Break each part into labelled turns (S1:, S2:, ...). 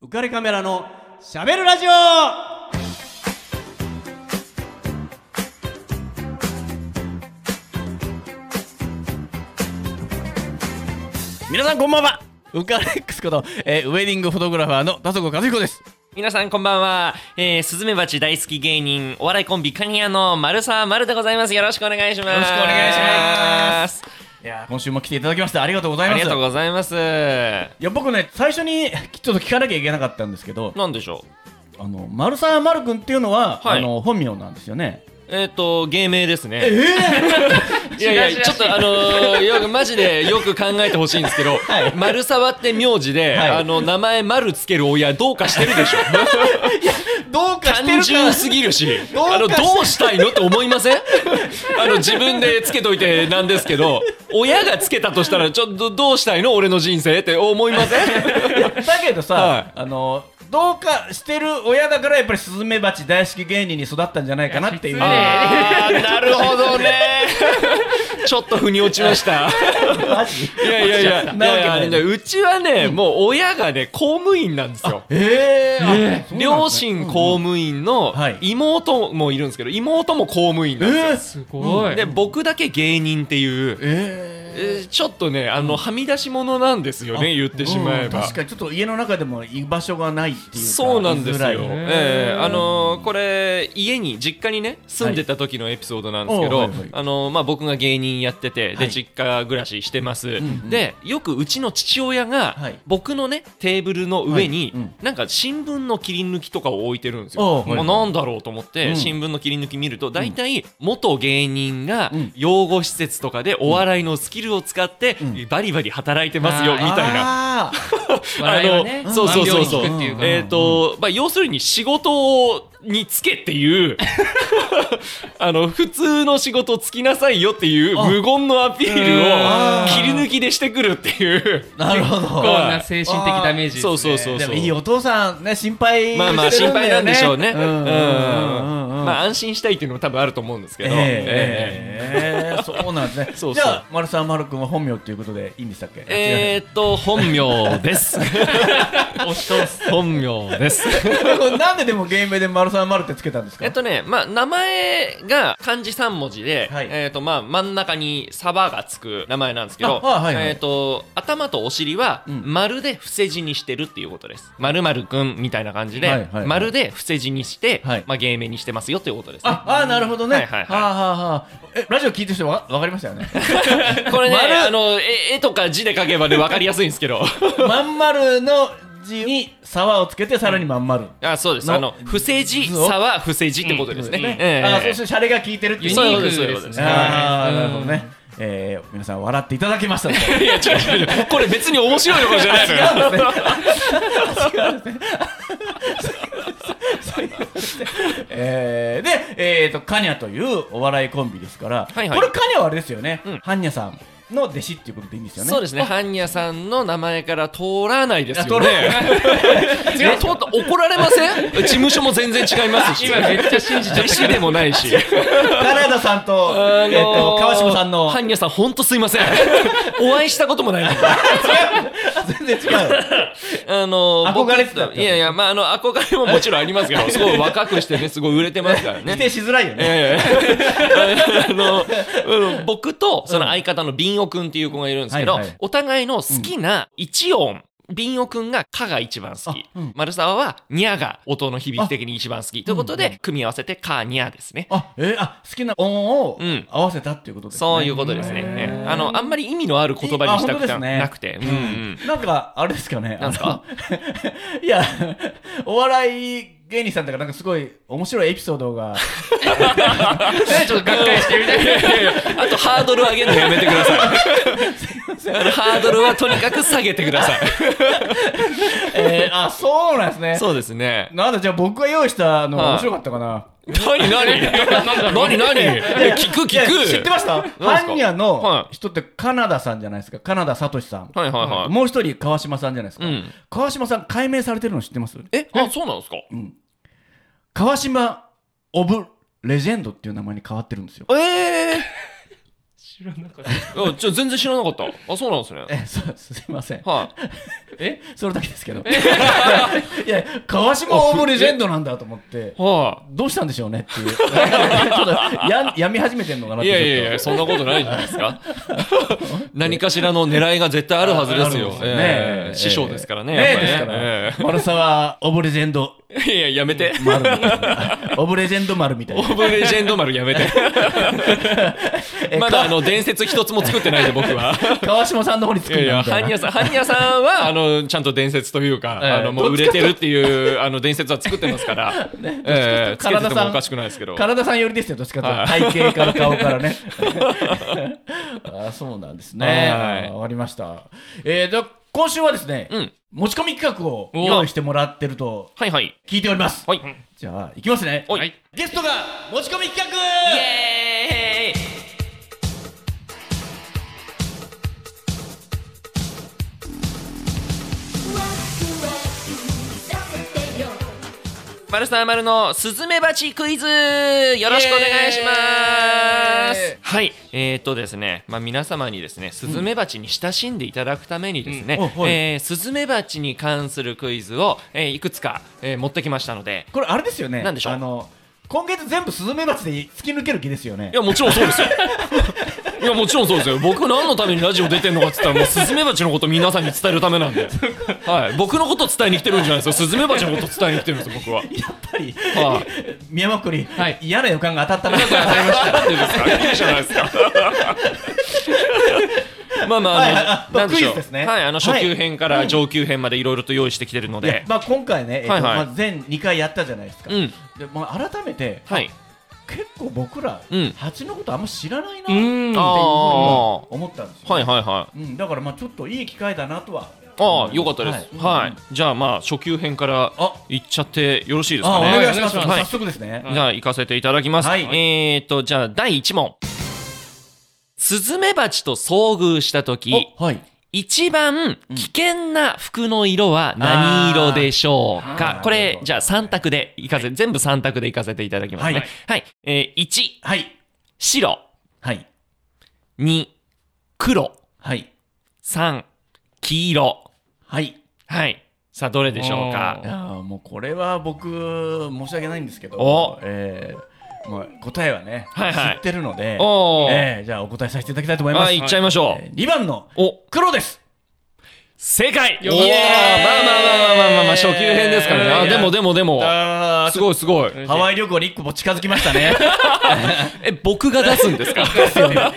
S1: 浮かれカメラのしゃべるラジオ
S2: 皆さんこんばんはウカレックスこと、えーウェディングフォトグラファーの田所和彦です
S3: 皆さんこんばんは、えー、スズメバチ大好き芸人お笑いコンビカニアの丸沢丸でございますよろしくお願いします
S2: よろしくお願いしますいやー今週も来ていただきましてありがとうござい
S3: あ
S2: ます
S3: りがとうございますない
S2: や僕ね最初にちょっと聞かなきゃいけなかったんですけど
S3: んでしょう
S2: あの丸沢丸くんっていうのは、
S3: はい
S2: あの本名なんですよね
S3: えっ、と芸名ですねえ いやいやちょっとあのー、よくマジでよく考えてほしいんですけど、
S2: はい
S3: 丸沢って名字で、
S2: はい
S3: あの名前丸つける親どうかしてるでしょ
S2: どうか
S3: 単純すぎるし
S2: どうか
S3: あのどうしたいのって思いません あの自分でつけといてなんですけど親がつけたとしたらちょっとどうしたいの俺の人生って思いません
S2: だけどさ、
S3: はい
S2: あのどうかしてる親だからやっぱりスズメバチ大好き芸人に育ったんじゃないかなっていう
S3: あーなるほどねちょっと腑に落ちました
S2: マジ
S3: いやいやいやい
S2: なわけ
S3: や
S2: ない
S3: いやうちはね、もう親がね公務員なんですよ
S2: えーあそうなんですね
S3: 両親公務員の
S2: うんはい
S3: 妹もいるんですけど妹も公務員なんですよ、
S2: えーすご
S3: で僕だけ芸人っていう、
S2: えー
S3: えーちょっとねあの、はみ出し物なんですよね言ってしまえ
S2: うん
S3: ば
S2: 確。かにちょっと居家の中でも居場所がないっていうか
S3: そうなんですよ
S2: 居づ、らい
S3: ええあのーこれ家に実家にね住んでた時のエピソードなんですけど、
S2: はいおうはいはい
S3: あのーまあ、僕が芸人やってて、
S2: はい
S3: で実家暮らししてます、
S2: ん
S3: でよくうちの父親が
S2: はい
S3: 僕のねテーブルの上に、
S2: はいうん
S3: なんか新聞の切り抜きとかを置いてるんです
S2: おう
S3: よ、
S2: はいはい
S3: もうなんだろうと思って、
S2: うん
S3: 新聞の切り抜き見ると大体元芸人が
S2: うん
S3: 養護施設とかでお笑いのスキルを使って、
S2: ん
S3: バリバリ働いてますよ、みたいな。
S2: な
S3: あ
S4: 笑い
S3: の
S4: はね
S3: そうそうそうそう
S4: 万病に効くっていうか
S3: えっ、と、まあ、要するに仕事をにつけっていう、 あの、普通の仕事つきなさいよっていう無言のアピール
S2: あ
S3: を
S2: ー
S3: 切り抜きでしてくるっていう。
S2: なるほ
S4: こん
S2: ど
S4: な精神的ダメージです
S3: そ
S4: ね
S3: うそうそう
S2: で
S3: そ
S2: も
S3: う。
S2: いいお父さんね心配
S3: まあまあ
S2: して
S3: 心
S2: るんだ
S3: 配
S2: よ
S3: な
S2: ね
S3: んでしょうね。うん。
S2: うんうんうんうん
S3: まあ安心したいっていうのも多分あると思うんですけど。え
S2: え
S3: え
S2: ーえーそうなんですね
S3: そうそう
S2: じゃあ丸さん丸くんは本名ということでいいんでしたっけ
S3: えーっと、本名 です。本名です。
S2: ー、なんででも芸名で丸さん丸ってつけたんですか
S3: えっとね、まあ、名前が漢字3文字で、
S2: はい
S3: えっと、まあ、真ん中にサバがつく名前なんですけど、
S2: ああはいはい
S3: えっと、頭とお尻は
S2: ん
S3: 丸で伏せ字にしてるっていうことです。まるまるくんみたいな感じで、
S2: はいはいはい
S3: 丸で伏せ字にして、
S2: はい
S3: まあ、芸名にしてますよということですね。
S2: ああーなるほどね、
S3: はいはいはい
S2: はあはあはあえラジオ聞いてる人わわかりましたよね
S3: これね、
S2: 丸
S3: あの、え絵とか字で書けばね、わかりやすいんですけ ど。
S2: まん丸の字に沢をつけてさらにまん丸、
S3: あそうです。
S2: の
S3: あの、伏せ字、
S2: 図を
S3: さは伏せ字ってことですね。ええ
S2: あーそうしてシャレが効いてるってい
S4: ユ
S2: う
S4: ニ
S3: そういう
S4: ー
S3: こ
S4: ク
S3: と
S4: で
S3: です
S4: す
S3: そう
S4: ね
S3: いうことです
S2: ああ、なるほど
S4: うん
S2: ね。えー、皆さん笑っていただきましたね。
S3: いや、違う違う違う。これ別に面白いところじゃないのよ。
S2: えー、で、えー、と、カニャというお笑いコンビですから、
S3: はいはい
S2: これカニャはあれですよね、
S3: ん
S2: ハンニャさんの弟子っていうことでいいんですよね。
S3: そう
S2: で
S3: ですね。ハンニャさんの名前から通らないですよ
S2: 通ら
S3: ね。 違う、通った怒られません事務所も全然違いますし。
S4: 今めっちゃ信じちゃっ
S3: 弟
S4: た
S3: 子
S4: け
S3: で
S4: ど
S3: もない し。
S2: す。原田さんと、えー、と川島さんの
S3: ハ、ンニャさん、ほんとす いません。お会いしたこともないので。
S2: 全然違う。
S3: あのー、僕
S2: 憧れてたってこと
S3: いやいや、まあ、あの、憧れももちろんありますけど、すごい若くしてね、すごい売れてますから
S2: 否
S3: ね。
S2: 定しづらいよね。
S3: ええ あの、うん僕とその相方のビンオくんっていう子がいるんですけど、
S2: はいはい
S3: お互いの好きな一音、ビンオくんが「か」が一番好き、
S2: あうん
S3: 丸沢は「にゃ」が音の響き的に一番好きということで、組み合わせて「か」「にゃ」ですね。
S2: あ、えー、あ、好きな音を
S3: うん
S2: 合わせたっていうことですね。
S3: そういうことですね。ねあの、あんまり意味のある言葉にし
S2: えあ本
S3: たくて
S2: 当ですね
S3: なくて。うんうん
S2: なんか、あれですかね。
S3: なんすか
S2: あの いや、お笑い芸人さんとか、なんかすごい面白いエピソードが。
S4: ちょっとがっかりしてるみたい
S3: いやいやいやあとハードル上げるのやめてください。あのハードルはとにかく下げてください。
S2: えー、あ、そうなんですね。
S3: そうですね。
S2: なんだ、じゃあ僕が用意したの
S3: は
S2: はい面白かったかな。
S3: 何何 何何聞く
S2: いや
S3: 聞く
S2: 知ってました
S3: か
S2: ハンニャの
S3: は
S2: 人ってカナダさんじゃないですか。カナダサトシさん。
S3: はいはいはい
S2: もう一人、川島さんじゃないですか。
S3: うん
S2: 川島さん、解明されてるの知ってます
S3: えあそうなんですか
S2: 川島オブレジェンドっていう名前に変わってるんですよ。
S3: え
S4: 知らなかっ
S3: えちょ全然知らなかったあそうなんですね
S2: え、そうすいません。
S3: はい
S4: え
S2: それだけですけど いや川島オブレジェンドなんだと思って
S3: は
S2: どうしたんでしょうねっていう ちょっとややみ始めてんのかなっ
S3: あ、
S2: て
S3: いやいやい
S2: ちょっと
S3: やそんなことないじゃないで すか何かしらの狙いが絶対あるはずですよ
S2: ああるんですよね
S3: え
S2: え
S3: え
S2: え
S3: 師匠ですからね
S2: ね
S3: やっぱ
S2: で
S3: ね
S2: すから、
S3: え
S2: 丸沢オブレジェンド
S3: えいややめて
S2: 丸みたいなオブレジェンド丸みたい
S3: オ
S2: な
S3: ブレジェンド丸や めてまだあの伝説一つも作ってないんで僕は
S2: 川島さんの方につ
S3: い
S2: く
S3: や
S2: ん
S3: い
S2: だ
S3: や
S2: みたいな
S3: 般若さん般若さ んはあのちゃんと伝説というか、
S2: ええ
S3: あのもう売れてるっていうあの伝説は作ってま すから、ええつけてて
S2: 体さ
S3: も
S2: ん
S3: おかしくないですけど
S2: 体さん寄りですよどっちかというと
S3: は
S2: 体型から顔から ねあそうなんですね
S3: はい
S2: あわかりましたえー、で今週はですね、
S3: うん
S2: 持ち込み企画を用意してもらってると
S3: はいはい
S2: 聞いております
S3: はい
S2: じゃあいきますね
S3: おい、
S4: はい
S1: ゲストが持ち込み企画
S4: エーイ
S3: マルサーマルのスズメバチクイズよろしくお願いしますはいえー、っとですね、まあ、皆様にですねスズメバチに親しんでいただくためにですね、
S2: うんおはい
S3: えースズメバチに関するクイズを、えーいくつか、えー持ってきましたので
S2: これあれですよね
S3: なんでしょう
S2: あの今月全部スズメバチで突き抜ける気ですよね
S3: いやもちろんそうです よいやもちろんそうですよ僕何のためにラジオ出てんのかっつったらもうスズメバチのこと皆さんに伝えるためなんで、はい、僕のこと伝えに来てるんじゃないですよスズメバチのこと伝えに来てるんですよ僕は
S2: やっぱり、
S3: はい
S2: 宮本君、
S4: はい
S2: 嫌な予感が当たったな
S3: なんでですかいいじゃないですか。まあま
S2: はいはい
S3: あ
S2: あ
S3: あの、なんでしょ
S2: クイズです
S3: う。は
S2: ね
S3: い、あの初級編から上級編までいろいろと用意してきてる の
S2: いや
S3: で。
S2: まあ、今回ね、えっと
S3: はいはい
S2: まあ、全2回やったじゃないですか、
S3: うん、
S2: でまあ、改めて、
S3: はい。
S2: 結構僕ら、
S3: うん
S2: 蜂のことあんま知らないなって
S4: う
S2: いうふうに
S4: ん
S3: あ
S2: 思ったんですよ、
S3: あ。はいはいはい。
S2: うん、だからまあちょっといい機会だなとは
S3: ああ、よかったです。
S2: はい
S3: はい。じゃあまあ初級編から
S2: あ
S3: いっちゃってよろしいです
S2: あ
S3: か
S2: お
S3: ね。
S2: 願いします、
S3: はい
S2: 早速ですね、
S3: じゃあ行かせていただきます。
S2: はい
S3: えーと、じゃあ第1問。スズメバチと遭遇したとき、
S2: おはい
S3: 一番危険な服の色は何色でしょう
S2: あ
S3: か
S2: ー
S3: こ
S2: なる
S3: れ
S2: ほ、ど
S3: じゃあ3択でいかせ、全部3択でいかせていただきますね。
S2: は
S3: はい
S2: い。
S3: えー、1、
S2: はい
S3: 白。
S2: はい
S3: 2、黒。
S2: はい
S3: 3、黄色。
S2: はい
S3: はい。さあ、どれでしょうか
S2: いやーもうこれは僕申し訳ないんですけど
S3: お
S2: えーまあ、答えはね、
S3: はいはい
S2: 知ってるので、
S3: おー
S2: えーじゃあお答えさせていただきたいと思います、
S3: はい、いっちゃいましょう。
S2: えー2番の
S3: お、
S2: 黒です
S3: 正解おー
S4: イエーイ
S3: まあまあまあまあまあまあまあ、初級編ですからね。あ、でもでもでも、
S2: あ
S3: すごいすごい。
S2: ハワイ旅行に一個も近づきましたね
S3: え、僕が出すんですか
S2: ですよね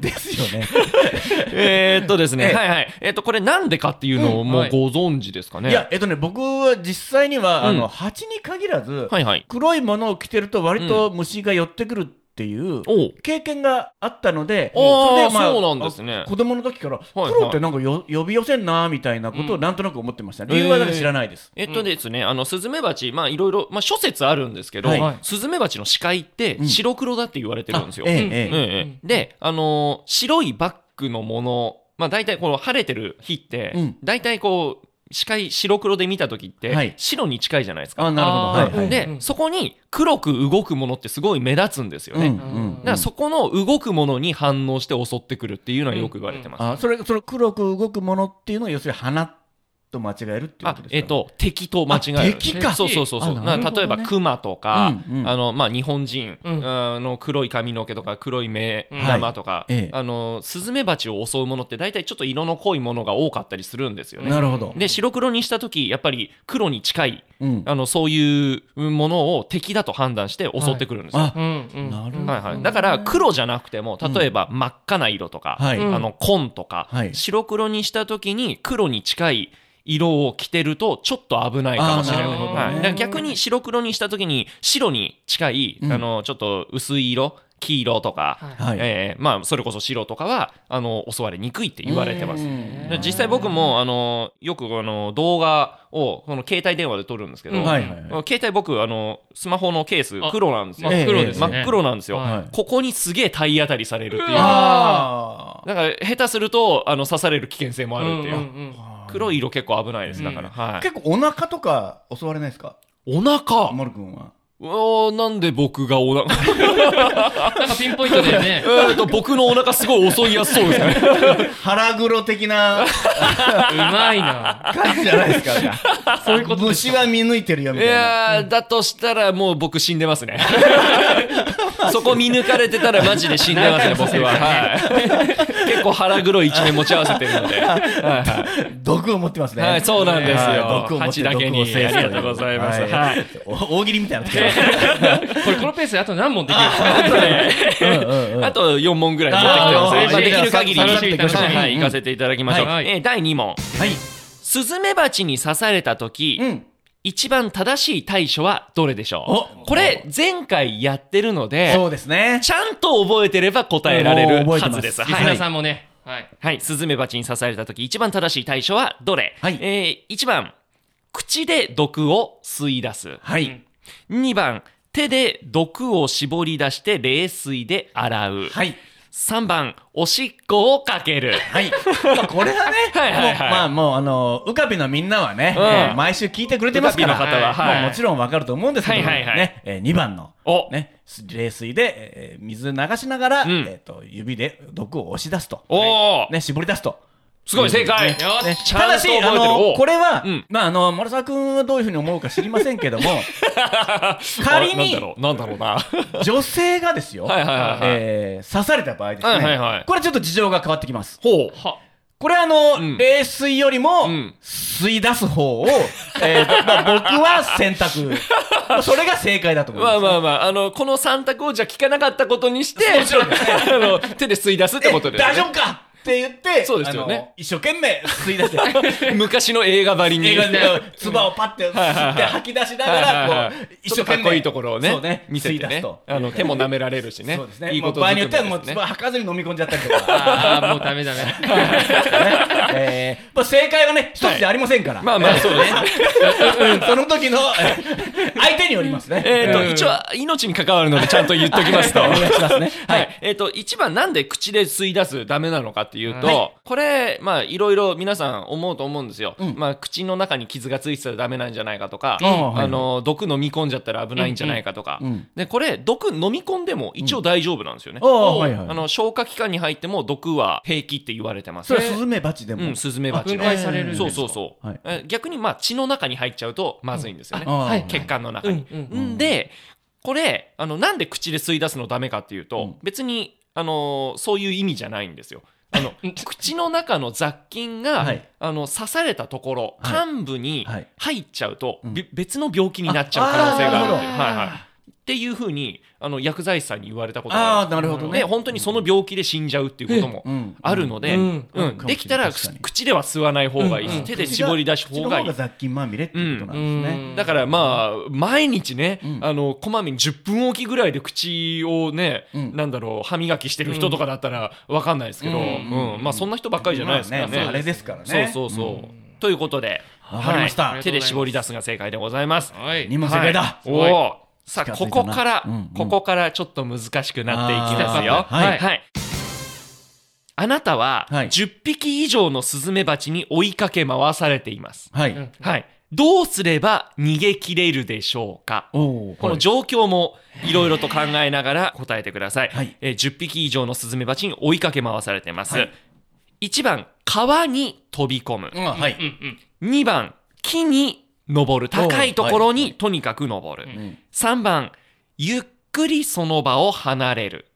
S2: ですよね
S3: えーっとですね、
S2: ええ
S3: はいはい。えーっと、これなんでかっていうのをも
S4: は
S3: う
S4: い
S3: ご存知ですかね。
S2: いや、えっとね、僕は実際には、あ
S3: うん
S2: の蜂に限らず、
S3: はいはい。
S2: 黒いものを着てると、割と虫が寄ってくるっていう
S3: おう
S2: 経験があったので、
S3: あー
S2: れ
S3: そうなんですね
S2: あ子供の時から、
S3: いはい
S2: 黒ってなんかよ呼び寄せんなーみたいなことをなんとなく思ってました、
S3: ん
S2: 理由はなんか知らないです。
S3: えっとですね、あのスズメバチ、まあいろいろ、まあ諸説あるんですけど、
S2: はい
S3: スズメバチの視界って
S2: ん
S3: 白黒だって言われてるんですよ。
S2: あええ
S3: うん
S2: ええ
S3: ええで、あのー白いバッグのもの、まあ大体この晴れてる日って、
S2: うん
S3: 大体こう、視界白黒で見た時って、
S2: はい
S3: 白に近いじゃないですか。
S2: あ、なるほど。
S4: あ
S2: はい
S4: ー
S2: はい。
S3: で、
S4: うん
S3: そこに黒く動くものってすごい目立つんですよ
S2: うん
S3: ね。
S2: うん
S3: だ
S2: うん
S3: からそこの動くものに反応して襲ってくるっていうのはよく言われてます。
S2: あそれそれ黒く動くものっていうのは要するに花と間違えるっていうこ
S3: あ
S2: とですか
S3: えっ、と敵と間違える
S2: あ敵か
S3: そうそうそうそう
S2: あな
S3: な
S2: るほどね
S3: 例えばクマとか、
S2: うんうん
S3: あのまあ、日本人、
S4: うん
S3: あの黒い髪の毛とか黒い目
S4: うん
S3: 玉とか、
S2: はいええ
S3: あのスズメバチを襲うものって大体ちょっと色の濃いものが多かったりするんですよね
S2: な。るほど。
S3: で白黒にした時やっぱり黒に近い
S2: うん、
S3: あのそういうものを敵だと判断して襲ってくるんですよ。
S2: あ
S4: うんうん
S2: なるほど
S3: はいはい、だから黒じゃなくても例えば真っ赤な色とか、
S2: はい
S3: あの紺とか、
S2: はい
S3: 白黒にした時に黒に近い色を着てるとちょっと危ないかもしれな
S2: あ
S3: い
S2: ーなるほどね
S3: はい、だから逆に白黒にした時に白に近い、
S2: うん
S3: あのちょっと薄い色黄色とか、
S4: はい
S2: はい
S3: えーまあ、それこそ白とかはあの襲われにくいって言われてます。
S2: うん
S3: で実際僕もあのよくあの動画をこの携帯電話で撮るんですけど、
S4: うん
S2: はいはいはい
S3: 携帯僕あのスマホのケース
S4: あ
S3: 黒なんですよ、
S4: 真っ黒ですね
S3: 真っ黒なんですよ、
S4: はい
S3: ここにすげえ体当たりされるっていう
S4: うわ
S2: あ
S3: だから下手するとあの刺される危険性もあるっていう、
S4: うんうんうん
S2: ー
S3: 黒い色結構危ないですだから、はい
S2: 結構お腹とか襲われないですか
S3: お腹
S2: マル君は
S3: うわーなんで僕がお 腹、
S5: なんかピンポイントだよね。
S3: えーと、僕のお腹すごい襲いやすそうですね。
S2: 腹黒的な
S5: うまいな。
S2: 感じじゃないですか。
S5: そういうことでし
S2: 虫
S5: ょ
S2: は見抜いてるよみ
S3: い
S2: たいな。
S3: やー、だとしたらもう僕死んでますね。 そこ見抜かれてたらマジで死んでますね、僕は。はい、結構腹黒い一面持ち合わせてるので。
S2: 毒を持ってますね。
S3: はい、そうなんですよ。
S2: はい毒を持っ
S3: 蜂
S2: て
S3: だけに。
S2: 毒を制
S3: あ
S2: す
S3: りがとうございます。はい。
S2: はいお大喜利みたいな時。
S5: これこのペースであと何問できる
S3: あと4問ぐらい持
S5: あー
S3: ってきてますねまあ。できる限り、
S5: 楽しみ楽しみ
S3: はいはい、行かせていただきましょう。
S5: はい
S3: えー第2問。スズメバチに刺された時、
S2: うん
S3: 一番正しい対処はどれでしょ
S2: お
S3: うこれ、前回やってるので、
S2: そうですね。
S3: ちゃんと覚えてれば答えられ
S2: うん
S3: る
S2: もう覚え
S3: は
S2: て
S3: ず
S2: ます
S3: です。
S5: リスナーさんもね。はい。
S3: はい、スズメバチに刺された時一番正しい対処はどれ、
S2: はい
S3: えー、1番口で毒を吸い出す
S2: はい。
S3: 2番手で毒を絞り出して冷水で洗う、
S2: はい。
S3: 3番おしっこをかける
S2: はい。まあこれだね。
S3: はいは
S2: も
S3: いはい
S2: うまあもう、あの、ウカピのみんなはね、
S3: うん
S2: えー毎週聞いてくれてますから。
S3: ウカピの方ははい
S2: もうもちろんわかると思うんですけども、
S3: はいはいはい
S2: ね、え2番の、
S3: お、
S2: ね、す冷水で、えー水流しながら、
S3: ん
S2: えっと、指で毒を押し出すと。
S3: おー、
S2: ね、絞り出すと。
S3: すごい正解、
S2: ね
S3: よっ
S2: ね
S3: ちゃ
S2: た
S3: ん
S2: だ
S3: と
S2: し
S3: 覚えて、る
S2: あの、
S3: お
S2: これは
S3: うん、
S2: まあ、あの、丸沢君はどういうふうに思うか知りませんけども、 仮
S3: あなん
S2: に
S3: だろうなんだろうな
S2: 女性がですよ、
S3: はいはいはいはい
S2: えー刺された場合ですね、
S3: はいはいはい
S2: これちょっと事情が変わってきます。
S3: ほう
S5: は、
S2: これあの、
S3: ん
S2: 冷水よりも、
S3: ん
S2: 吸い出す方を、 えーまあ僕は選 択。それが正解だと思いま。
S3: ますあまあまあ、あの、この3択をじゃあ聞かなかったことに して、 あの、手で吸い出すってことです、ね。
S2: 大丈夫かって言って、
S3: そうですよね
S2: あの一生懸命吸い 出して、
S3: 昔の映画ばりに。
S2: 映画で、唾をパッて吸って吐き出しなが
S3: はいはいは
S2: ら、
S3: い
S2: こう、一
S3: 一
S2: 生
S3: 生
S2: 懸命。
S3: 懸命。かっこいいところをね、
S2: そうね
S3: 見せて
S2: 吸い出す
S3: ね
S2: と。
S3: あの、手も舐められるしね。
S2: そうですね。
S3: いいこと
S2: まあ場合によっては、
S3: ず
S2: も
S3: く
S2: う、
S3: ですね
S2: 唾吐かずに飲み込んじゃったりとか。
S5: ああ、もうダメダメ。
S2: ねえーまあ、正解はね、一つじゃありませんから。
S3: まあまあ、そうですね。
S2: うんその時のえー相手によりますね。
S3: えっ
S5: うん
S3: と、一応、命に関わるので、ちゃんと言っときますと。
S2: お願いしますね。
S3: は。い。えっと、一番なんで口で吸い出すダメなのかっていうと、
S5: は
S3: これ、まあ、いろいろ皆さん思うと思うんですよ。
S2: ん
S3: まあ、口の中に傷がついてたらダメなんじゃないかとか、
S2: うんはい
S3: あの、毒飲み込んじゃったら危ないんじゃないかとか。
S2: うん
S3: で、これ、毒飲み込んでも一応大丈夫なんですよね。
S2: ああ、はいはい。
S3: あの、消化器官に入っても毒は平気って言われてます
S2: そ
S3: ね。
S2: れはスズメバチで
S3: う
S2: も
S3: ん、。スズメバチの。
S5: 分解されるんです
S3: そう
S5: か
S3: そうそう。
S2: はい
S3: え逆に、まあ、血の中に入っちゃうとまずいんですよね。
S2: あー
S5: はい
S3: 血管の中に。
S5: うん
S2: うん
S3: んで、これ、あの、なんで口で吸い出すのダメかっていうと、
S2: うん
S3: 別に、あのーそういう意味じゃないんですよ。あの
S5: うん、
S3: 口の中の雑菌が、
S2: はい
S3: あの、刺されたところ、
S2: はい
S3: 患部に
S2: はい
S3: 入っちゃうと、
S2: うん
S3: べ別の病気になっちゃう可能性があるんで。
S2: あ
S3: はいはい。っていうふうに、あの、薬剤師さんに言われたことが
S2: あ
S3: あ
S2: あ、なるほど
S3: る。
S2: ね
S3: で、。本当にその病気で死んじゃうっていうことも
S2: うん
S3: あるので、
S5: う
S3: うんん
S2: うん
S3: できたら
S2: 確かに
S3: 口では吸わない方がいい、
S5: うんうん
S3: 手で絞り出す方がい
S2: 口の
S3: い。
S2: 雑菌まみれっていうことなんですね。
S5: ん
S3: だからまあ毎日ね、
S2: うん
S3: あのこまめに10分おきぐらいで口をね、
S2: うん
S3: なんだろう歯磨きしてる人とかだったらわかんないですけど、
S5: う
S3: うんんまあそんな人ばっかりじゃないですからね。
S2: まあねそうあれですからね
S3: そうそうそう。
S2: う
S3: ということで、
S2: わかりました
S3: はい手で絞り出すが正解でございます。
S5: はい。
S2: 二問正解だ。
S3: お
S5: い
S3: お。さあ
S2: 近づ
S3: こ
S2: いたな
S3: こから、
S2: うんうん
S3: ここからちょっと難しくなっていきますよ。
S2: あーはい
S3: はい。あなたは、
S2: はい
S3: 10匹以上のスズメバチに追いかけ回されています。
S2: は
S5: うん
S2: い。
S3: はい。どうすれば逃げ切れるでしょうか
S2: おお。
S3: この状況もいろいろと考えながら答えてください。
S2: はい
S3: えー10匹以上のスズメバチに追いかけ回されてます。
S2: はい
S3: 1番、川に飛び込む。
S2: うんは
S5: うん
S2: い。
S5: うん。
S3: 2番、木に登る。高いところにとにかく登る。
S2: ん
S3: 3番、ゆっくりその場を離れる。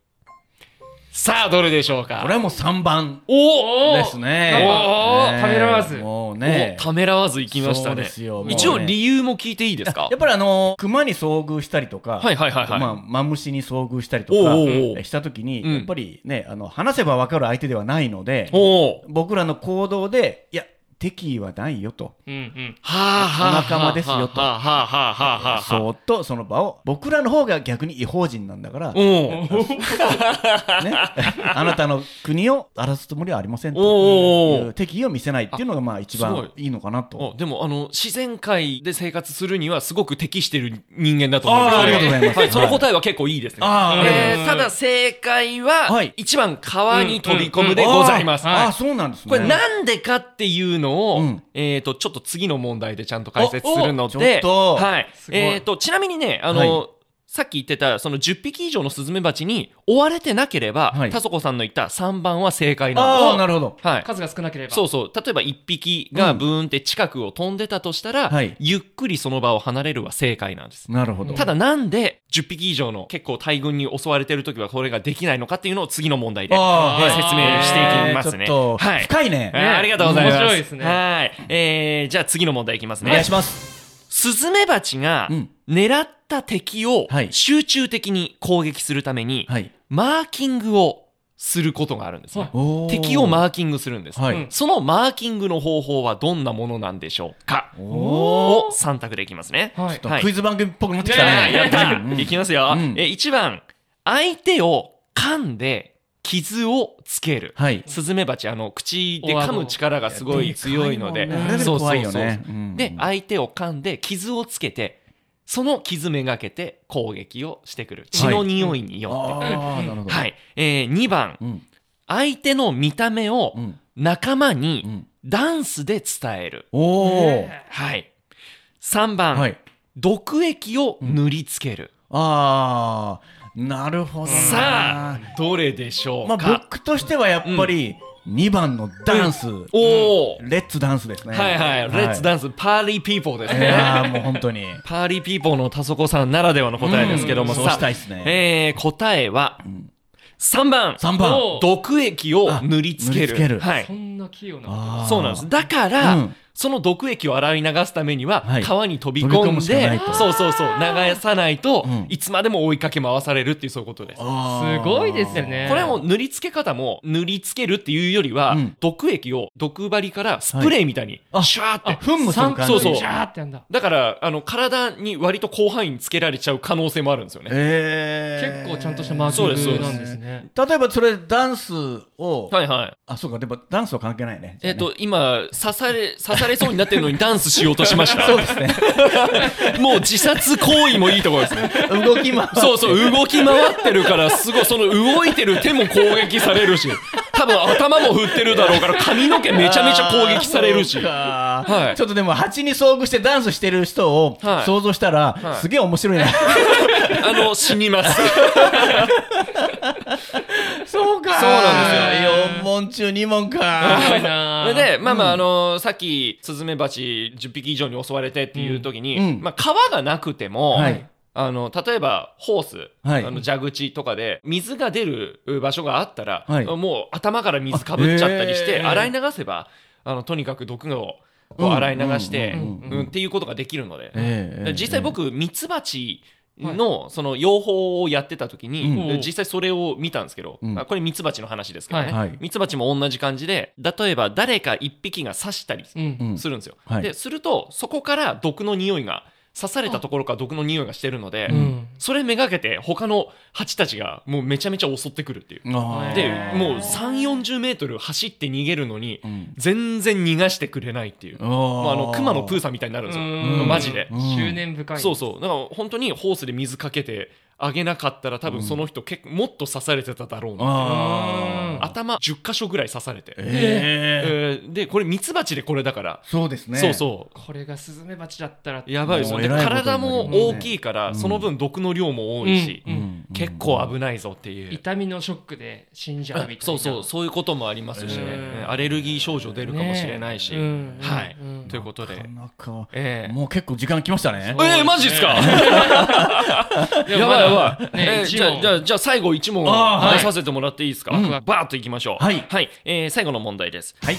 S3: さあ、どれでしょう
S2: こ
S3: か
S2: れはもう三番
S3: おお
S2: ですね。
S5: おー
S2: ね
S5: ためらわず
S2: もう
S3: お
S2: ね。
S3: ためらわず行きました
S2: そうで
S3: ね
S2: すよ。
S3: 一
S2: も
S3: 応
S2: うね
S3: 理由も聞いていいですか
S2: やっぱりあの、熊に遭遇したりとか、
S3: はいはいはいはい。
S2: まあ、マムシに遭遇したりと
S3: おう
S2: か
S3: おうおう
S2: えした時に、
S3: うん
S2: やっぱりね、あの、話せば分かる相手ではないので、
S3: おお。
S2: 僕らの行動で、いや、敵意はないよと、
S5: うんうん。
S3: はあはあはあ。
S2: 仲間ですよと
S3: はあはあはあはあはあ。
S2: そーっとその場を、僕らの方が逆に違法人なんだから、 ね、
S3: おう
S2: あなたの国を荒らすつもりはありませんと
S3: お
S2: いうう敵意を見せないっていうのが、まあ、一
S3: すご
S2: 番
S3: い
S2: いいのかなと。
S3: おう。でもあの自然界で生活するにはすごく適してる人間だと思います
S2: ああ、あ
S3: け
S2: りがと
S3: ど
S2: うございます。
S3: はい、その答えは結構いいですね。
S2: ああ、
S3: えーただ正解は
S2: はい
S3: 1番川に飛び込むでございます。
S5: うんうんうん
S2: ああ、そうなんですね。
S3: これなんでかっていうののを、
S2: うん
S3: えっ、と、ちょっと次の問題でちゃんと解説するの
S2: おおちょっ
S3: で、
S2: と
S3: はい。
S5: ごい
S3: えっ、と、ちなみにね、あの、
S2: は
S3: さっき言ってた、その10匹以上のスズメバチに追われてなければ、
S2: はい
S3: 田底さんの言った3番は正解なん
S2: あ
S3: で
S2: あ、なるほど。
S3: す。はい。
S5: 数が少なければ。
S3: そうそう。例えば1匹がブーンって近くを飛んでたとしたら、
S2: はい
S3: ゆっくりその場を離れるは正解なんです。
S2: なるほど。
S3: ただなんで10匹以上の結構大群に襲われてる時はこれができないのかっていうのを次の問題で
S2: あー
S3: えー
S2: はい
S3: 説明していきますね
S2: えーちょっと、
S3: はい
S2: 深いね。
S3: えーありがとうございます。
S5: 面白いですね
S3: はい。えー、じゃあ次の問題いきます
S2: お願い
S3: ね
S2: し。ます。
S3: スズメバチが
S2: うん
S3: 狙った敵を
S2: はい
S3: 集中的に攻撃するために、
S2: はい。
S3: マーキングをすることがあるんですね。
S2: お
S3: 敵をマ
S2: ー
S3: ーキングするんです。
S2: は
S5: うん
S2: い。
S3: そのマーキングの方法はどんなものなんでしょうか
S2: お
S3: を3択でいきますね。
S5: はい。
S2: ー
S3: はい
S2: クイズ番組っぽくなってきた
S3: はい
S2: ね。
S3: やった、
S2: うん
S3: いきますよ、
S2: うん
S3: え1番相手を噛んで傷をつける、
S2: はい。
S3: スズメバチあの口で噛む力がすごい強いので
S2: やでかいもんねあれで
S3: そう
S2: 怖い
S3: そ
S2: よ
S3: うそう
S2: ねうん
S3: で相手を噛んで傷をつけてその傷めがけて攻撃をしてくる血の匂いによってくる、はい
S2: ああ、なるほど。い。
S3: えー、2番
S2: うん。
S3: 相手の見た目を
S2: うん。
S3: 仲間
S2: う
S3: に
S2: ん。
S3: ダンスで伝える、
S2: おお。
S3: はい3番、
S2: はい。
S3: 毒液を塗りつける、
S2: ああ、なるほどな。
S3: さあどれでしょう
S2: ま
S3: か、
S2: あ僕としてはやっぱり2番のダンス、
S3: おお、
S2: レッツダンスですね。
S3: はいはい、レッツダンスパーリーピーポーです
S2: い
S3: ね
S2: やーもう本当に。
S3: パーリーピーポーの田底さんならではの答えですけども、
S2: うんそう
S3: さあ
S2: したいっすね
S3: えー答えは、3番
S2: 3番。
S5: お
S3: 毒液を塗りつける
S2: あ塗りつける
S3: はい
S5: そ、んな器用な。
S2: あー
S3: そうなんですだから、
S2: うん
S3: その毒液を洗い流すためには、
S2: はい
S3: 川に飛び
S2: 飛び
S3: 込
S2: 込
S3: ん
S2: むしかな
S3: で
S2: いと
S3: そうそうそう流さないと、
S2: うん
S3: いつまでも追いかけ回されるっていうそういうことです
S2: あー
S5: すごいですよね。
S3: これはもう塗りつけ方も塗りつけるっていうよりは、
S2: うん
S3: 毒液を毒針からスプレーみたいに
S2: あ
S3: シュワーって、
S5: あ、
S2: 噴霧する感じ
S3: そうそう
S5: シャーってやんだ。
S3: だからあの体に割と広範囲につけられちゃう可能性もあるんですよね、
S2: えー
S5: 結構ちゃんとしたマーキン
S3: そうですそう
S5: グ
S3: です
S5: なんですね。
S2: 例えばそれダンスを、
S3: はいはい
S2: あそうかでもダンスは関係ないね。
S3: えっ、と今刺され刺されそうになってるのにダンスしようとしました
S2: そうですね。
S3: もう自殺行為もいいところですね
S2: 動き回って
S3: そうそう動き回ってるからすごいその動いてる手も攻撃されるし多分頭も振ってるだろうから髪の毛めちゃめちゃ攻撃されるし
S2: あーそうか
S3: はい
S2: ちょっとでも蜂に遭遇してダンスしてる人を
S3: はい
S2: 想像したら、
S3: い
S2: すげえ面白いな。
S3: あの死にます
S2: そうか。
S3: そうなん
S2: ですよ。4問中2問
S5: すご
S2: か。
S5: いな
S3: そ
S5: ー
S3: れで、まあまあ、あのーさっき、スズメバチ10匹以上に襲われてっていう時に、
S2: うん
S3: まあ、川がなくても、
S2: はい
S3: あの、例えば、ホース、
S2: はい
S3: あの蛇口とかで、水が出る場所があったら、
S2: はい
S3: もう頭から水かぶっちゃったりし
S2: あ
S3: て、
S2: えー
S3: 洗い流せば、あの、とにかく毒を、こ
S2: う
S3: うん洗い流して、
S2: う
S3: うんん
S2: うん
S3: っていうことができるので、
S2: ええええ
S3: 実際僕、ミツバチの、その、養蜂をやってた時に、
S5: うん
S3: 実際それを見たんですけど、
S2: うん
S3: あこれミツバチの話ですけどね、
S5: はい
S2: はい。
S3: ミツバチも同じ感じで例えば誰か一匹が刺したり
S5: う。
S2: うんん
S3: するんですよ、
S2: はい
S3: でするとそこから毒の匂いが刺されたところから毒の匂いがしてるので、
S5: うん。
S3: それめがけて他の蜂たちがもうめちゃめちゃ襲ってくるっていう
S2: あー
S3: でもう3 4 0メートル走って逃げるのに
S2: うん
S3: 全然逃がしてくれないっていう、まあ、あの熊のプーさんみたいになるんですよ、
S5: うん
S3: マジで
S2: うん
S5: 執念深い。
S3: そうそうだから本当にホースで水かけてあげなかったら多分その人結構もっと刺されてただろうな、
S2: あー
S3: 頭10箇所ぐらい刺されて、
S2: ええ
S3: えーでこれミツバチでこれだから、
S2: そうですね。
S3: そうそう
S5: これがスズメバチだったら。
S3: やばいですよ
S2: もう
S3: で
S2: えらいことにな
S3: 体
S2: りますね
S3: も大きいから、
S2: うん
S3: その分毒の量も多いし、
S5: うん
S2: うん
S3: 結構危ないぞっていう、
S5: 痛みのショックで死んじゃうみたいな。
S3: そうそうそういうこともありますしね、
S5: うん
S3: アレルギー症状出るかもしれないし、
S5: ねうん
S3: はい、
S5: うん
S3: ということ
S2: な
S3: で
S2: か、なか。
S3: えー
S2: もう結構時間来ましたね。
S3: えー、マジっす かやばい
S5: でも
S3: やばい、
S5: ね
S3: えー
S5: 一
S3: じゃ
S5: 問
S3: あじゃあじゃあ最後一問
S2: あーはい
S3: 出させてもらっていいですか、
S2: うん
S3: バーッといきましょう
S2: はい
S3: えー最後の問題です
S2: はい。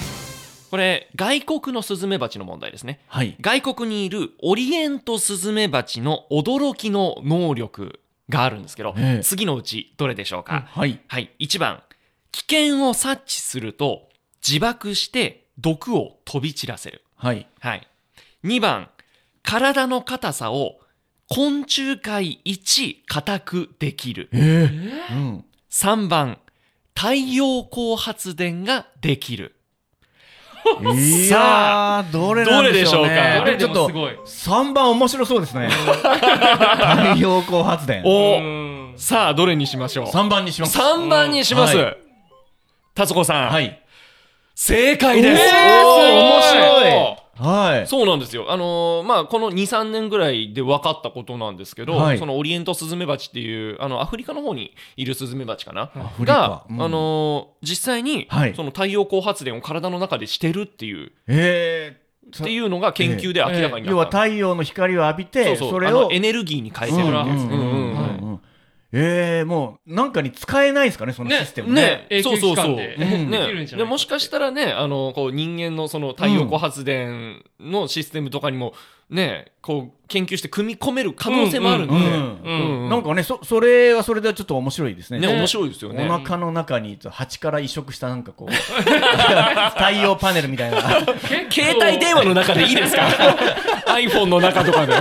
S3: これ外国のスズメバチの問題ですね
S2: はい。
S3: 外国にいるオリエントスズメバチの驚きの能力があるんですけど、
S2: ええ
S3: 次のうちどれでしょうか、
S2: はい。
S3: はい1番危険を察知すると自爆して毒を飛び散らせる、
S2: はい。
S3: はい、2番体の硬さを昆虫界一硬くできる
S2: ええうん。
S3: 3番太陽光発電ができる
S2: いやー、どれなんでしょうね。
S5: どれ
S2: ち
S5: で
S2: ょっ
S5: も
S2: と
S5: す、ごい。
S2: 3番面白そうです ね。太陽光発電。
S3: お
S5: うん
S3: さあどれにしましょう
S2: 3番にします。
S3: 3番にします、
S2: は
S3: 達子さん、
S2: はい。
S3: 正解です
S5: えーすごい
S3: 面白い
S2: はい。
S3: そうなんですよ。あのーまあ、この2、3年ぐらいで分かったことなんですけど、
S2: はい
S3: そのオリエントスズメバチっていう、あの、アフリカの方にいるスズメバチかな。
S2: フリ
S3: が
S2: カ、うん
S3: あのー実際に、
S2: はい
S3: その太陽光発電を体の中でしてるっていう、
S2: えー
S3: っていうのが研究で明らかになった。
S2: 要は太陽の光を浴びて、
S3: そうそう
S2: それ
S3: あ
S2: を
S3: のエネルギーに変え
S2: う
S3: て
S2: ん
S3: る
S2: う
S3: わけです。
S2: んうんうん
S5: はい
S2: うんえー、もうなんかに使えないですかね、そのシステムね。
S3: ね
S5: 永
S3: そう
S5: 久
S3: そう
S5: 期
S3: そう。
S5: 間で
S2: うん
S5: できるん
S3: ね
S5: じゃないかって
S3: でもしかしたらね、あの、こう人間のその太陽光発電のシステムとかにも、ね、こう研究して組み込める可能性もあるんで、
S2: うん
S3: うんうん
S2: なんかねそ、それはそれでちょっと面白いですね。
S3: ね、面白いですよね。
S2: お腹の中に蜂から移植したなんかこう 太陽パネルみ たいな
S3: 携帯電話の中でいいですか ?iPhone の中と かで。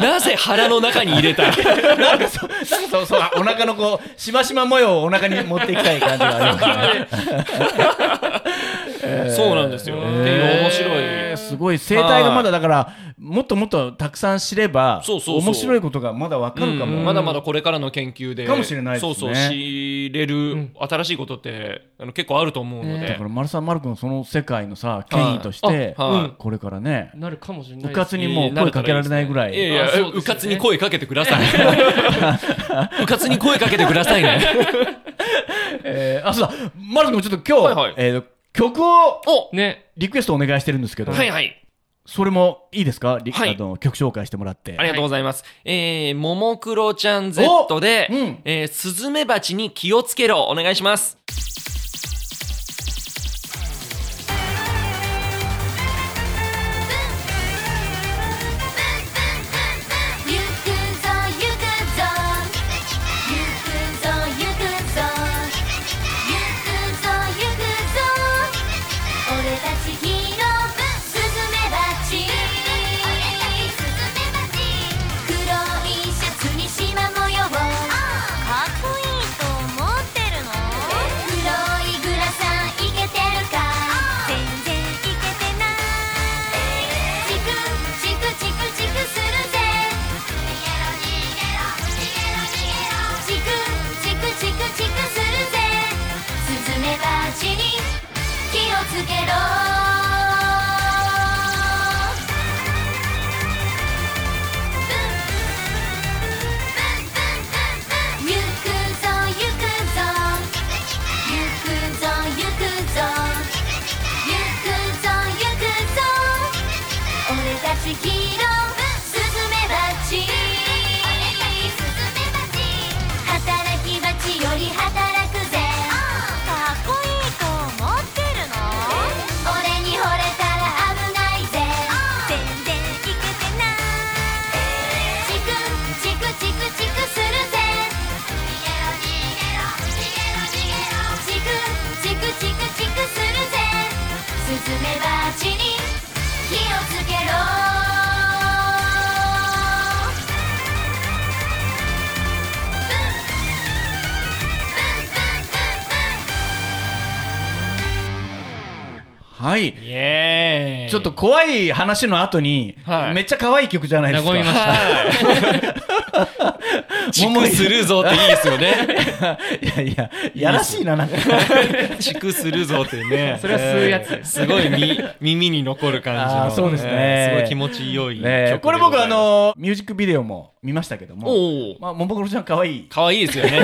S3: なぜ腹の中に入れたい
S2: そうそうお腹のこうしましま模様をお腹に持っていきたい感じがありますね
S3: そうなんですよ。っていう面白
S2: えー
S3: い。
S2: すごい生態がまだだからもっともっとたくさん知れば
S3: そうそうそう
S2: 面白いことがまだわかるかも、
S3: うんまだまだこれからの研究で
S2: かもしれないですね
S3: そうそう知れる新しいことって、あの結構あると思うので、
S2: だから丸さん丸くんその世界のさ権威として
S3: はいはい
S2: うんこれからね
S5: なるかもしれな
S2: 部
S5: いです
S2: 活にもう声かけられないぐらい
S3: いやいや
S5: あそうですよね
S3: うかつに声かけてください うかつに声かけてくださいね
S2: えーあそうだ丸くんもちょっと今日、
S3: はいはい
S2: えー曲を
S3: お
S5: ね
S2: リクエストお願いしてるんですけど、
S3: はいはい
S2: それもいいですか、リ
S3: はい
S2: あの曲紹介してもらって
S3: ありがとうございます、えーももクロちゃん Z で、
S2: おうん
S3: えースズメバチに気をつけろお願いします
S6: 「ゆくぞゆくぞ」「ゆくぞゆくぞ」「ゆくぞゆくぞ」「俺たちヒーロースズメバチ」「俺たちスズメバチ」「黒いシャツにしま模様」「かっこいいと思ってるの?」「黒いグラサンイケてるか」「全然イケてない」「チクチクチクチクするぜ」「逃げろ逃げろ逃げろ逃げろ」「チクチクチクチクするぜ」「スズメバチに気をつけろ」「ゆくぞゆくぞ」「ゆくぞゆくぞ」「ゆくぞゆくぞ」「俺たちヒーロースズメバチ」「俺たちスズメバチ」「働きバチより働くぜ」「かっこいいと思ってるの?」「俺に惚れたら危ないぜ」「全然いけてない」「チクチクチクチクするぜ」「逃げろ逃げろ逃げろ逃げろ」「チクチクチクチクするぜ」「スズメバチに火をつけろ」
S2: はい
S5: イエーイ
S2: ちょっと怖い話の後に、
S5: はい
S2: めっちゃ可愛い曲じゃないですか
S5: 和みました
S3: チクするぞっていいですよ ね
S2: いやいややらしいななんか
S3: チクするぞって ね
S5: それは吸うやつです
S3: すごいみ耳に残る感じの
S2: あーそうですね
S3: すごい気持ち良い曲
S2: ねえ
S3: で
S2: これ
S3: ご
S2: 僕
S3: ざ
S2: あ
S3: います
S2: のミュージックビデオも見ましたけども
S3: おお
S2: まあももクロちゃん可愛い
S3: 可愛いですよね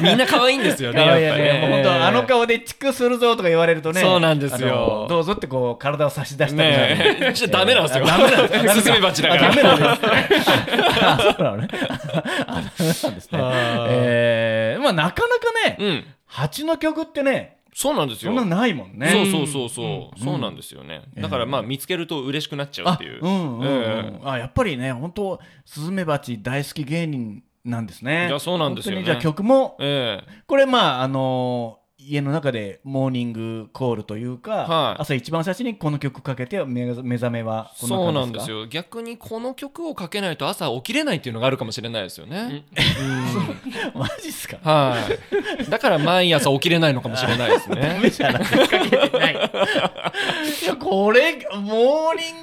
S3: みんな可愛いんですよね
S2: 可愛い
S3: や
S2: よ
S3: っぱ
S2: ね
S3: り
S2: もう本当あの顔でチクするぞとか言われるとね
S3: そうなんですよ
S2: あのどうぞってこう体を差し出したり
S3: ねえ、じゃダメなんですよ。ダメなんです。スズメバチだから。
S2: ダメなんですあそうなのねあダメなんですねえーまあなかなかね、
S3: うん。
S2: 蜂の曲ってね
S3: そうなんです
S2: そ
S3: よ。
S2: んなないもんね
S3: そうそうそうそう。そうなんですよね。だからまあ見つけると嬉しくなっちゃうっていう。
S2: うんうんうん
S3: ええ
S2: あやっぱりね本当スズメバチ大好き芸人なんですね
S3: いやそうなんですよね
S2: 本当にじゃあ曲も
S3: え
S2: これまああのー家の中でモーニングコールというか、
S3: はい
S2: 朝一番最初にこの曲かけて目が目覚めは
S3: え
S2: こ
S3: そうな
S2: 感じ
S3: んで
S2: か
S3: すよ。逆にこの曲をかけないと朝起きれないっていうのがあるかもしれないですよね。
S2: マジっすか
S3: はい。だから毎朝起きれないのかもしれないです
S2: ダ
S3: ね。
S2: メじゃない
S5: はい
S2: いやこれモーニ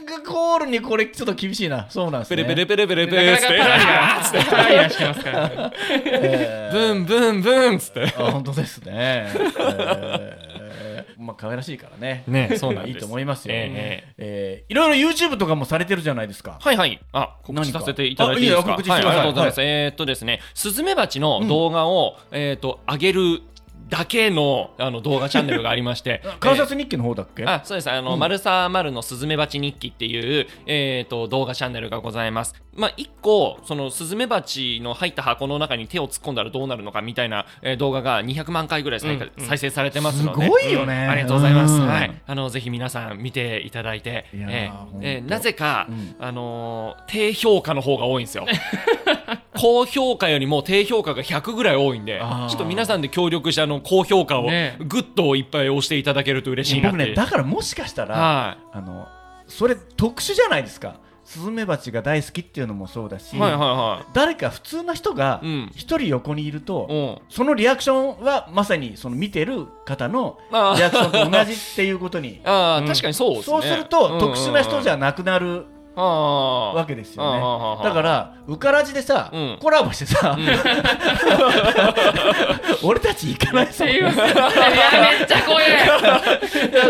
S2: ングコールにこれちょっと厳しいなそうなんです
S3: ペ
S2: ね
S3: レペレペレペレペレ
S5: な
S3: っ
S5: か
S3: つっ
S5: なかパ
S3: て。
S5: ラリ ラつってパラリラしてますからね
S2: えー
S3: ブンブンブンっつって。
S2: あ本当ですね、えーまあ可愛らしいからね
S3: ねそうなんです
S2: いいと思いますよ、
S3: ええ
S2: ええいろいろ YouTube とかもされてるじゃないですか
S3: はいはい。あ、告知
S2: 何か
S3: させていただいていいです
S2: あい
S3: か。
S2: いよ告知し
S3: は
S2: て
S3: い、あ
S2: ください
S3: りがとうございます。えーっとですね、スズメバチの動画を、えーっと、上げるだけの、あの、動画チャンネルがあり まして。
S2: 観察日記の方だっけ、
S3: あそうですあの、マルサーマルのスズメバチ日記っていう、えー、と動画チャンネルがございます、まあ、1個そのスズメバチの入った箱の中に手を突っ込んだらどうなるのかみたいな、えー動画が200万回ぐらい再,、再生されてますのです
S2: ごいよね
S3: ありがとうございます、
S2: うん
S3: はい、あのぜひ皆さん見ていただいて
S2: いやー
S3: えー
S2: ほんと
S3: えーなぜか、
S2: うん
S3: あのー低評価の方が多いんで すよ高評価よりも低評価が100ぐらい多いんで
S2: あー
S3: ちょっと皆さんで協力してあの高評価を
S5: ね
S3: グッといっぱい押していただけると嬉しいなっ
S2: 僕
S3: てい
S2: ね
S3: う
S2: だからもしかしたら、
S3: は
S2: あのそれ特殊じゃないですかスズメバチが大好きっていうのもそうだし、
S3: い、はいはいは
S2: 誰か普通の人が
S3: うん
S2: 一人横にいると、
S3: い。うん。
S2: そのリアクションはまさにその見てる方の
S3: あー
S2: リアクションと同じっていうことに
S3: ああ、
S5: うん
S3: 確かに そうですね。
S2: そうすると特殊な人じ
S3: ゃ
S2: ゃなくなるわ
S3: わ
S2: けですよね。
S3: ね、
S2: だからら、ウカラジでさ、
S3: うん
S2: コラボしてさ、 俺たち行かないさ、
S5: いやめっちゃ怖い
S3: やりますか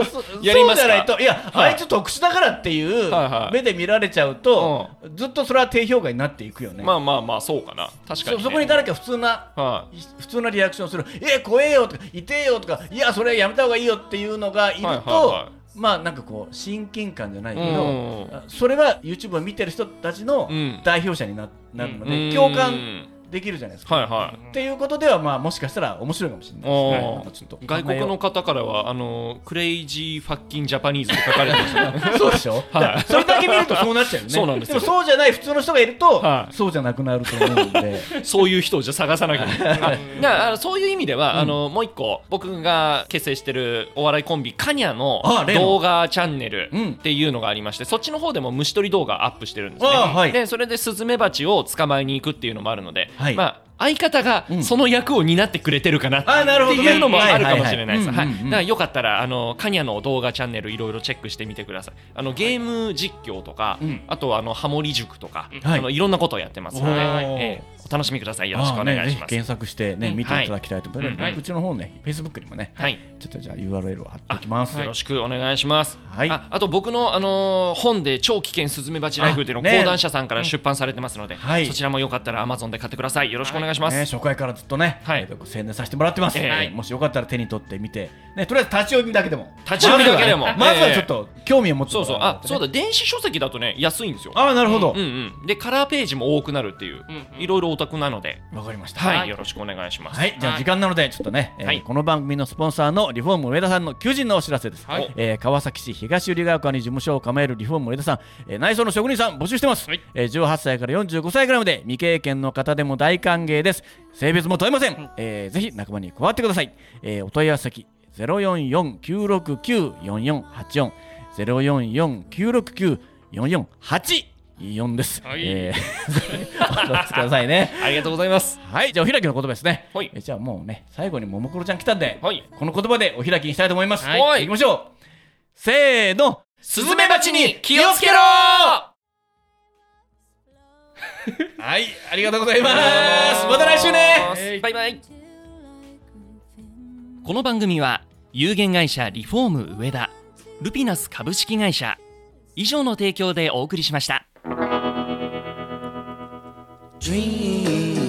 S2: そうじゃないと、いや、
S3: はい
S2: あいつ特殊だからっていう
S3: はいはい
S2: 目で見られちゃうと、ずっとそれは低評価になっていくよね。
S3: まあまあまあ、そうかな。確かに、
S2: そ
S3: ね。
S2: そこに誰か普通な、
S3: はい
S2: 普通なリアクションをする、え、怖えよとか、痛えよとか、いや、それやめた方がいいよっていうのがいると、
S3: はいはいは
S2: まあなんかこう、親近感じゃない
S3: い。
S2: け
S3: う
S2: ど、
S3: ん。
S2: あそれは YouTube を見てる人たちの
S3: うん
S2: 代表者にな,、なるの
S3: う
S2: で
S3: ん
S2: 共感できるじゃないですか。
S3: はいはい。
S2: っていうことでは、まあ、もしかしたら面白いかもしれないです
S3: お
S2: ね
S3: ー
S2: なんかちょっと考えよう
S3: 外国の方からは、あの、クレイジーファッキンジャパニーズって書かれてましたね。
S2: そうでし ょ、だからそれだけ見るとそうなっちゃうよね
S3: そうなんですよ
S2: もそうじゃない普通の人がいると、
S3: はい
S2: そうじゃなくなると思うん で
S3: そういう人をじゃあ探さなき ゃいけない。はいだからあのそういう意味では、あのもう一個僕が結成してるお笑いコンビカニャの
S2: あ例の
S3: 動画チャンネル
S2: うん
S3: っていうのがありまして、そっちの方でも虫取り動画アップしてるんですね。
S2: あはい
S3: でそれでスズメバチを捕まえに行くっていうのもあるので、
S2: はい
S3: まあ相方が
S2: うん
S3: その役を担ってくれてるかなって
S2: あなるほどね
S3: いうのもあるかもしれないです。
S2: はいは
S3: は
S2: は
S3: いい。
S2: い
S3: だからよかったらあのカニャの動画チャンネルいろいろチェックしてみてください。あのゲーム実況とか、
S2: うん
S3: あとはあのハモリ塾とか、
S2: はい
S3: あのいろんなことをやってますので、えーお楽しみください。よろしくお願
S2: ああ
S3: い
S2: ね
S3: し
S2: ぜひ
S3: ます。
S2: 検索して、ね
S5: うん
S2: 見ていただきたいと思います、
S3: うん
S5: はいう
S2: ちの方ね Facebook にもね
S3: はい、
S2: ちょっとじゃあ URL を貼っておきます、
S5: あはい
S3: よろしくお願いします。
S2: はい
S3: ああと僕の、あのー本で「超危険スズメバチライフル」っていうのを
S2: あね
S3: 講談社さんから出版されてますので、
S2: はい
S3: そちらもよかったら Amazon で買ってください。よろしくお願いします。
S2: ね、初回からずっとね、
S3: はい
S2: えーと宣伝させてもらってます、
S3: ええ
S2: はいもしよかったら手に取ってみて、ね、とりあえず立ち読みだけでも
S3: 立ち読みだけでも
S2: まずはねまずは
S3: ええ
S2: ちょっと興味を持つ
S3: そうそう、あそう
S2: だ
S3: だ、電子書籍だとね、安いんですよ。
S2: ああなるほどわ
S3: う、んうん、で、カラーページも多くなるっていう、
S5: うんうん
S3: いろいろお得なので、
S2: かりました
S3: はい、よろしくお願いします。
S2: はい、じゃあ時間なのでちょっとね、えー
S3: はい
S2: この番組のスポンサーのリフォーム上田さんの求人のお知らせです、
S5: はい
S2: えー川崎市東百合ヶ丘に事務所を構えるリフォーム上田さん、えー内装の職人さん募集してます、
S5: はい
S2: えー18歳から45歳ぐらいまで未経験の方でも大歓迎です性別も問いません、えーぜひ仲間に加わってください、えーお問い合わせ先044-969-4484 044-969-4484です、
S5: はい
S2: えー お待ちくださいね
S3: ありがとうございます。
S2: はい、じゃあお開きの言葉ですね。
S3: はい
S2: えじゃあもうね、最後にももクロちゃん来たんで、
S3: はい
S2: この言葉でお開きにしたいと思います。
S5: はい
S3: はい
S2: 行きましょう。せーの。
S3: スズメバチに気をつけろ
S2: はい、ありがとうございます。また来週ね。
S5: えい
S3: バイバイこの番組は有限会社リフォーム上田ルピナス株式会社以上の提供でお送りしました
S7: Dream